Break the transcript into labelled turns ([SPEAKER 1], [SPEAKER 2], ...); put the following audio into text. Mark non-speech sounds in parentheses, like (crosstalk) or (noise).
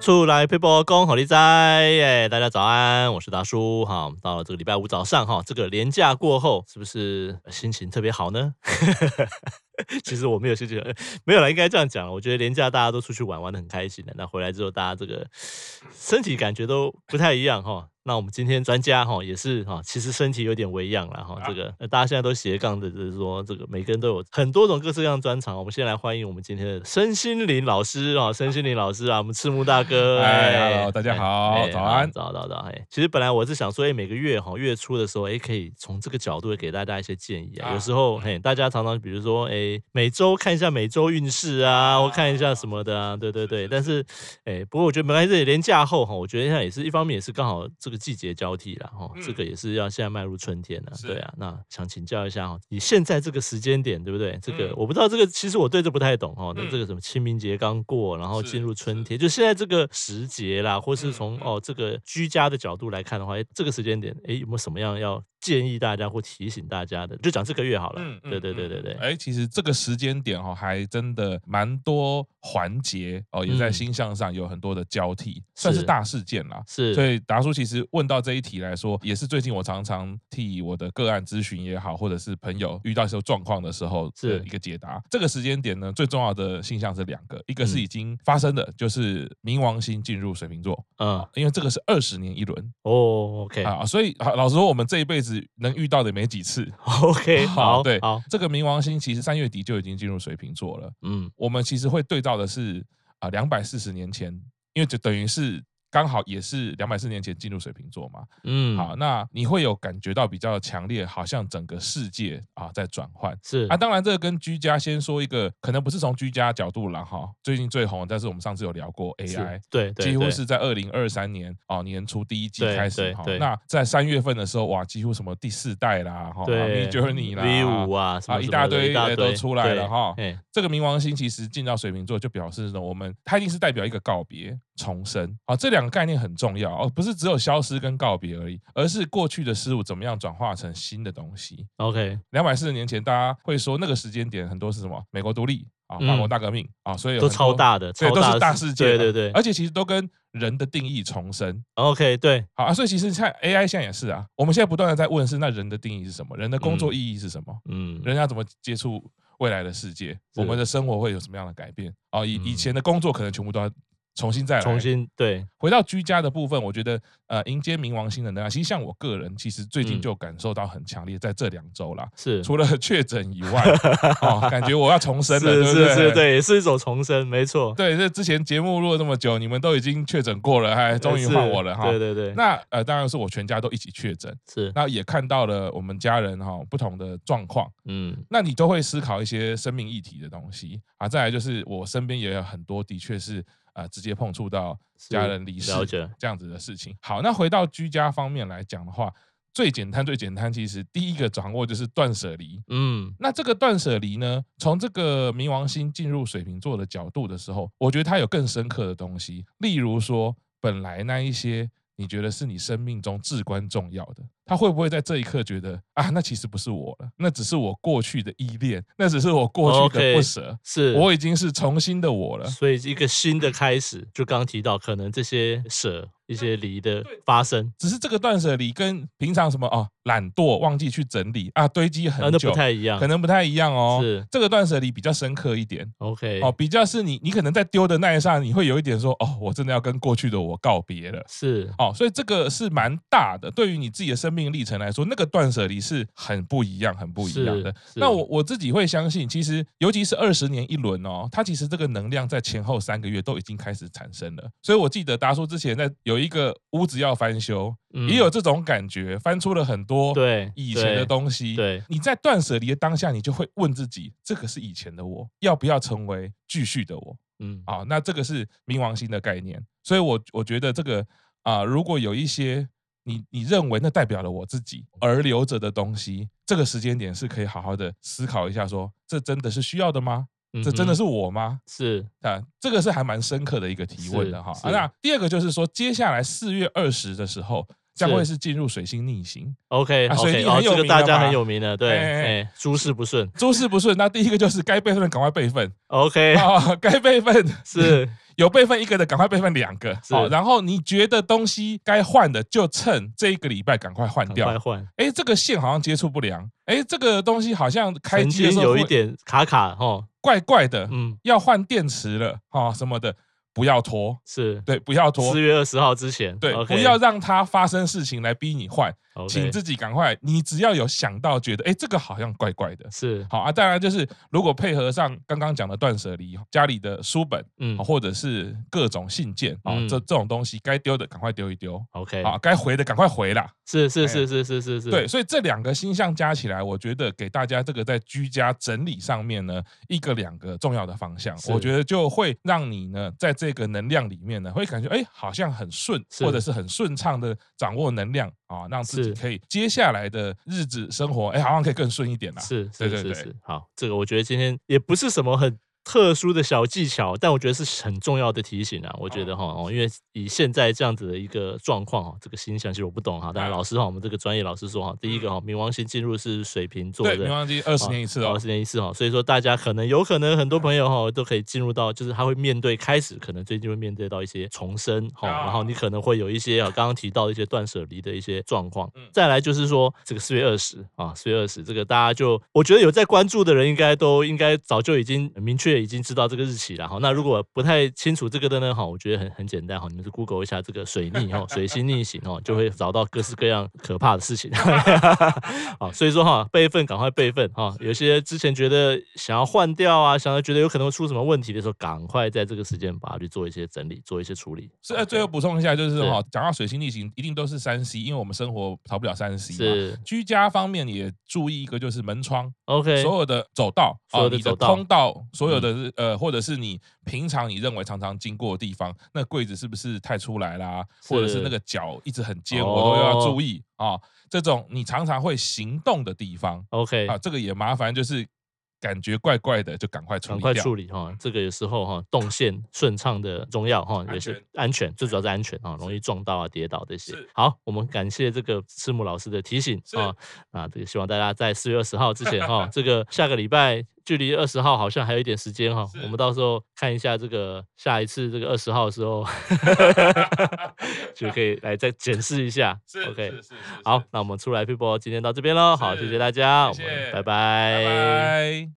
[SPEAKER 1] 出来陪波公好利哉！哎，大家早安，我是达叔。哈，到了这个礼拜五早上，哈，这个连假过后，是不是呃心情特别好呢？其实我没有心情，呃没有了，应该这样讲。我觉得连假大家都出去玩，玩的很开心的。那回来之后，大家这个身体感觉都不太一样哈。那我们今天专家哈也是哈，其实身体有点微恙了哈。这个呃大家现在都斜杠的，就是说这个每个人都有很多种各式各样的专长。我们先来欢迎我们今天的身心灵老师啊，身心灵老师啊，我们赤木大哥。
[SPEAKER 2] 哎，hello，大家好
[SPEAKER 1] 哎
[SPEAKER 2] 早安
[SPEAKER 1] 早早早。哎，其实本来我是想说，哎，每个月哈月初的时候，哎，可以从这个角度给大家一些建议啊。
[SPEAKER 2] 啊
[SPEAKER 1] 有时候嘿，大家常常比如说，哎，每周看一下每周运势啊，或看一下什么的啊，对对对。但是，哎，不过我觉得没关系，连假后哈，我觉得现在也是一方面也是刚好这个季节交替啦，哈，这
[SPEAKER 2] 嗯
[SPEAKER 1] 个也是要现在迈入春天了，
[SPEAKER 2] 是
[SPEAKER 1] 对啊。那想请教一下哈，以现在这个时间点，对不对？这个
[SPEAKER 2] 嗯
[SPEAKER 1] 我不知道这个，其实我对这不太懂哦。那
[SPEAKER 2] 嗯
[SPEAKER 1] 这个什么清明节刚过，然后进
[SPEAKER 2] 是
[SPEAKER 1] 入春
[SPEAKER 2] 是
[SPEAKER 1] 天，就现在这个时节啦，或是
[SPEAKER 2] 嗯
[SPEAKER 1] 从
[SPEAKER 2] 嗯
[SPEAKER 1] 哦这个居家的角度来看的话，诶这个时间点，哎，有没有什么样要建议大家或提醒大家的？就讲这个月好了。
[SPEAKER 2] 嗯，
[SPEAKER 1] 对对对对对，
[SPEAKER 2] 哎，其实这个时间点哦，还真的蛮多环节哦，也在
[SPEAKER 1] 嗯
[SPEAKER 2] 星象上有很多的交替，算
[SPEAKER 1] 是
[SPEAKER 2] 是大事件啦。
[SPEAKER 1] 是，
[SPEAKER 2] 所以达叔其实问到这一题来说，也是最近我常常替我的个案咨询也好，或者是朋友遇到一些状况的时候
[SPEAKER 1] 是
[SPEAKER 2] 的一个解答。这个时间点呢，最重要的现象是两个，一个是
[SPEAKER 1] 嗯
[SPEAKER 2] 已经发生的，就是冥王星进入水瓶座，
[SPEAKER 1] 嗯，
[SPEAKER 2] 因为这个是二十年一轮
[SPEAKER 1] 哦，OK
[SPEAKER 2] 啊，所以啊老实说，我们这一辈子能遇到的也没几次。
[SPEAKER 1] (laughs) OK，好，
[SPEAKER 2] 对，
[SPEAKER 1] 好，
[SPEAKER 2] 这个冥王星其实三月底就已经进入水瓶座了。
[SPEAKER 1] 嗯，
[SPEAKER 2] 我们其实会对照的是啊，两百四十年前，因为就等于是刚好也是两百四十年前进入水瓶座嘛。
[SPEAKER 1] 嗯，
[SPEAKER 2] 好，，那你会有感觉到比较强烈，好像整个世界啊在转换。
[SPEAKER 1] 是
[SPEAKER 2] 啊，，当然，这个跟居家先说一个，可能不是从居家角度啦哈。最近最红，但是我们上次有聊过
[SPEAKER 1] 是
[SPEAKER 2] AI，
[SPEAKER 1] 对对，
[SPEAKER 2] 几乎
[SPEAKER 1] 对
[SPEAKER 2] 是哦在二零二三年哦年初第一季
[SPEAKER 1] 对
[SPEAKER 2] 开始
[SPEAKER 1] 对
[SPEAKER 2] 哈
[SPEAKER 1] 对。
[SPEAKER 2] 那在三月份的时候，哇，几乎什么第四代啦哈
[SPEAKER 1] 对
[SPEAKER 2] m Journey 啦
[SPEAKER 1] V 五啊，什么
[SPEAKER 2] 啊一
[SPEAKER 1] 什么
[SPEAKER 2] 大
[SPEAKER 1] 的
[SPEAKER 2] 堆
[SPEAKER 1] 一大
[SPEAKER 2] 也都出来了哈
[SPEAKER 1] 哎，
[SPEAKER 2] 这个冥王星其实进到水瓶座，就表示呢，我们它一定是代表一个告别、重生啊，这两个概念很重要哦，不是只有消失跟告别而已，而是过去的事物怎么样转化成新的东西。
[SPEAKER 1] ，OK，
[SPEAKER 2] 两百四十年前，大家会说那个时间点很多是什么？美国独立啊，法国
[SPEAKER 1] 嗯
[SPEAKER 2] 大革命啊，所以有
[SPEAKER 1] 都
[SPEAKER 2] 很
[SPEAKER 1] 超
[SPEAKER 2] 多，
[SPEAKER 1] 大的，
[SPEAKER 2] 对，
[SPEAKER 1] 超
[SPEAKER 2] 都
[SPEAKER 1] 大
[SPEAKER 2] 是
[SPEAKER 1] 的
[SPEAKER 2] 大事件啊，
[SPEAKER 1] 对对对
[SPEAKER 2] 而且其实都跟人的定义重生。
[SPEAKER 1] ，OK，对，
[SPEAKER 2] 好啊，所以其实像 AI 现在也是啊，我们现在不断的在问是那人的定义是什么，人的工作
[SPEAKER 1] 嗯
[SPEAKER 2] 意义是什么？
[SPEAKER 1] 嗯，
[SPEAKER 2] 人要怎么接触未来的世界，我们的生活会有什么样的改变？哦，以以
[SPEAKER 1] 嗯
[SPEAKER 2] 前的工作可能全部都要重新再来，
[SPEAKER 1] 重新对，
[SPEAKER 2] 回到居家的部分，我觉得呃，迎接冥王星的能量，其实像我个人，其实最近
[SPEAKER 1] 嗯
[SPEAKER 2] 就感受到很强烈，在这两周啦，
[SPEAKER 1] 是，
[SPEAKER 2] 除了 (laughs) 确诊以外，哦，感觉我要重生了，
[SPEAKER 1] 是
[SPEAKER 2] 对不
[SPEAKER 1] 是
[SPEAKER 2] 对？
[SPEAKER 1] 是，对，也是一种重生，没错。
[SPEAKER 2] 对，这之前节目录了这么久，你们都已经确诊过了，还终于
[SPEAKER 1] 是
[SPEAKER 2] 换我了哈。
[SPEAKER 1] 对对对，
[SPEAKER 2] 那呃，当然是我全家都一起确诊，
[SPEAKER 1] 是，
[SPEAKER 2] 那也看到了我们家人哈、不同的状况。
[SPEAKER 1] 嗯
[SPEAKER 2] 那你都会思考一些生命议题的东西啊。再来就是我身边也有很多的确是呃直接碰触到家人离世
[SPEAKER 1] 了解
[SPEAKER 2] 这样子的事情。好，那回到居家方面来讲的话，最简单最简单，其实第一个掌握就是断舍离。
[SPEAKER 1] 嗯，
[SPEAKER 2] 那这个断舍离呢，从这个冥王星进入水瓶座的角度的时候，我觉得它有更深刻的东西，例如说，本来那一些你觉得是你生命中至关重要的，它会不会在这一刻觉得啊，那其实不是我了，那只是我过去的依恋，那只是我过去的
[SPEAKER 1] OK
[SPEAKER 2] 不舍
[SPEAKER 1] 是。
[SPEAKER 2] 我已经是重新的我了。
[SPEAKER 1] 所以一个新的开始，就刚提到，可能这些舍、一些离的发生，
[SPEAKER 2] 只是这个断舍离跟平常什么哦懒惰忘记去整理啊堆积
[SPEAKER 1] 啊，
[SPEAKER 2] 很
[SPEAKER 1] 那
[SPEAKER 2] 久，
[SPEAKER 1] 不太一样
[SPEAKER 2] 可。能不太一样哦。
[SPEAKER 1] 是
[SPEAKER 2] 这个断舍离比较深刻一点，
[SPEAKER 1] OK，
[SPEAKER 2] 哦，比较是你，你可能在丢的那一刹，你会有一点说，哦，我真的要跟过去的我告别了。
[SPEAKER 1] 是
[SPEAKER 2] 哦，所以这个是蛮大的，对于你自己的生命历程来说，那个断舍离是很不一样、很不一样的
[SPEAKER 1] 是。是
[SPEAKER 2] 那我我自己会相信，其实尤其是二十年一轮哦，它其实这个能量在前后三个月都已经开始产生了。所以我记得达叔之前在有一个屋子要翻修，
[SPEAKER 1] 嗯
[SPEAKER 2] 也有这种感觉，翻出了很多
[SPEAKER 1] 对
[SPEAKER 2] 以前的
[SPEAKER 1] 对
[SPEAKER 2] 东西。
[SPEAKER 1] 对
[SPEAKER 2] 你在断舍离的当下，你就会问自己：这个是以前的我，要不要成为继续的我？
[SPEAKER 1] 嗯
[SPEAKER 2] 啊，那这个是冥王星的概念。所以我，我觉得这个啊、如果有一些你你认为那代表了我自己而留着的东西，这个时间点是可以好好的思考一下说这真的是需要的吗？这真的
[SPEAKER 1] 嗯
[SPEAKER 2] 是我吗？
[SPEAKER 1] 哼是
[SPEAKER 2] 啊，这个是还蛮深刻的一个提问的哈、
[SPEAKER 1] 是
[SPEAKER 2] 啊
[SPEAKER 1] 是
[SPEAKER 2] 那第二个就是说，接下来四月二十的时候将
[SPEAKER 1] 是
[SPEAKER 2] 会是进入水星逆行，
[SPEAKER 1] OK
[SPEAKER 2] 啊所以
[SPEAKER 1] OK，
[SPEAKER 2] 你
[SPEAKER 1] 哦，
[SPEAKER 2] 很有
[SPEAKER 1] 这个
[SPEAKER 2] 名
[SPEAKER 1] 大
[SPEAKER 2] 的
[SPEAKER 1] 家很
[SPEAKER 2] 嘛
[SPEAKER 1] 有名的，对，
[SPEAKER 2] 哎哎哎
[SPEAKER 1] 哎，诸事不顺
[SPEAKER 2] (laughs) 哦诸事不顺。那第一个就是该备份的赶快备份
[SPEAKER 1] ，OK，
[SPEAKER 2] 啊，该备份
[SPEAKER 1] (laughs) 是
[SPEAKER 2] 有备份一个的，赶快备份两个。哦
[SPEAKER 1] 是
[SPEAKER 2] 好，然后你觉得东西该换的，就趁这一个礼拜赶快换
[SPEAKER 1] 赶快
[SPEAKER 2] 掉。
[SPEAKER 1] 换。
[SPEAKER 2] 哎，这个线好像接触不良，哎，这个东西好像开
[SPEAKER 1] 曾
[SPEAKER 2] 机的
[SPEAKER 1] 经
[SPEAKER 2] 时候
[SPEAKER 1] 有
[SPEAKER 2] 会
[SPEAKER 1] 一点卡卡哈，
[SPEAKER 2] 怪怪的，
[SPEAKER 1] 嗯，
[SPEAKER 2] 要换电池了啊、什么的，不要拖，
[SPEAKER 1] 是
[SPEAKER 2] 对，不要拖
[SPEAKER 1] 四，月二十号之前，
[SPEAKER 2] 对
[SPEAKER 1] o k
[SPEAKER 2] 不要让它发生事情来逼你换，请自己赶快，你只要有想到觉得，哎，这个好像怪怪的。
[SPEAKER 1] 是
[SPEAKER 2] 好啊，当然就是如果配合上刚刚讲的断舍离，家里的书本
[SPEAKER 1] 嗯
[SPEAKER 2] 啊或者是各种信件啊，
[SPEAKER 1] 嗯
[SPEAKER 2] 这这种东西该丢的赶快丢一丢，
[SPEAKER 1] ，OK，
[SPEAKER 2] 啊，该回的赶快回啦。
[SPEAKER 1] 是是
[SPEAKER 2] 哎
[SPEAKER 1] 是是是是是，
[SPEAKER 2] 对，，所以这两个星象加起来，我觉得给大家这个在居家整理上面呢，一个两个重要的方向，
[SPEAKER 1] 是
[SPEAKER 2] 我觉得就会让你呢，在这个能量里面呢，会感觉哎，好像很顺，
[SPEAKER 1] 是
[SPEAKER 2] 或者是很顺畅的掌握能量啊，让自己
[SPEAKER 1] 是
[SPEAKER 2] 可以接下来的日子生活，哎，好像可以更顺一点啦。
[SPEAKER 1] 是是
[SPEAKER 2] 对对
[SPEAKER 1] 是
[SPEAKER 2] 对
[SPEAKER 1] 是，好，这个我觉得今天也不是什么很特殊的小技巧，但我觉得是很重要的提醒啊。我觉得哈，哦，因为以现在这样子的一个状况哈，这个星象其实我不懂哈，当然
[SPEAKER 2] 啊
[SPEAKER 1] 老师哈，我们这个专业老师说哈，第一个哈，冥王星进入是水瓶座
[SPEAKER 2] 嗯对，
[SPEAKER 1] 的
[SPEAKER 2] 没。忘记二十
[SPEAKER 1] 哦
[SPEAKER 2] 年一次
[SPEAKER 1] 二
[SPEAKER 2] 哦
[SPEAKER 1] 十。年一次哈，所以说大家可能有可能很多朋友哈都可以进入到，就是他会面对开始可能最近会面对到一些重生哈，
[SPEAKER 2] 啊
[SPEAKER 1] 然后你可能会有一些啊刚刚提到的一些断舍离的一些状况
[SPEAKER 2] 嗯。
[SPEAKER 1] 再来就是说这个四月二十啊，四月二十这个大家就我觉得有在关注的人应该都应该早就已经呃明确已经知道这个日期了哈。那如果不太清楚这个的呢哈，我觉得很很简单哈，你们就 Google 一下这个水逆哈，水星逆行哦，就会找到各式各样可怕的事情。好，所以说哈，备份赶快备份哈。有些之前觉得想要换掉啊，想要觉得有可能会出什么问题的时候，赶快在这个时间把它去做一些整理，做一些处理。
[SPEAKER 2] 是，呃，最后补充一下，就是
[SPEAKER 1] 是
[SPEAKER 2] 哈，讲到水星逆行，一定都是三 C，因为我们生活逃不了三 C 嘛。
[SPEAKER 1] 是
[SPEAKER 2] 居家方面也注意一个，就是门窗，
[SPEAKER 1] OK，
[SPEAKER 2] 所有的走道
[SPEAKER 1] 所有
[SPEAKER 2] 啊，
[SPEAKER 1] 的
[SPEAKER 2] 你的
[SPEAKER 1] 走道嗯
[SPEAKER 2] 通道，所有的呃，或者是你平常你认为常常经过的地方，那柜子是不是太出来啦？或者
[SPEAKER 1] 是
[SPEAKER 2] 是那个脚一直很尖，
[SPEAKER 1] 哦
[SPEAKER 2] 我都要注意啊。这种你常常会行动的地方
[SPEAKER 1] OK，
[SPEAKER 2] 啊，这个也麻烦，就是感觉怪怪的，就赶快处
[SPEAKER 1] 赶
[SPEAKER 2] 理
[SPEAKER 1] 快
[SPEAKER 2] 掉。
[SPEAKER 1] 处理哈。这个有时候哈，动线顺畅的重要哈，
[SPEAKER 2] 安
[SPEAKER 1] 也是
[SPEAKER 2] 全
[SPEAKER 1] 安全，最主要是安全啊，容易撞到啊、跌倒这些
[SPEAKER 2] 是。
[SPEAKER 1] 好，我们感谢这个赤木老师的提醒
[SPEAKER 2] 是
[SPEAKER 1] 啊啊，这个希望大家在四月二十号之前哈，这个下个礼拜距离二十号好像还有一点时间哈
[SPEAKER 2] 是，
[SPEAKER 1] 我们到时候看一下这个下一次这个二十号的时
[SPEAKER 2] (laughs)
[SPEAKER 1] 候就可以来再检视一下。
[SPEAKER 2] 是
[SPEAKER 1] OK，
[SPEAKER 2] 是是是
[SPEAKER 1] 好
[SPEAKER 2] 是，
[SPEAKER 1] 那我们出来 people 今天到这边喽，好，谢谢大家，我
[SPEAKER 2] 是
[SPEAKER 1] 们
[SPEAKER 2] 谢谢
[SPEAKER 1] 拜
[SPEAKER 2] 拜拜。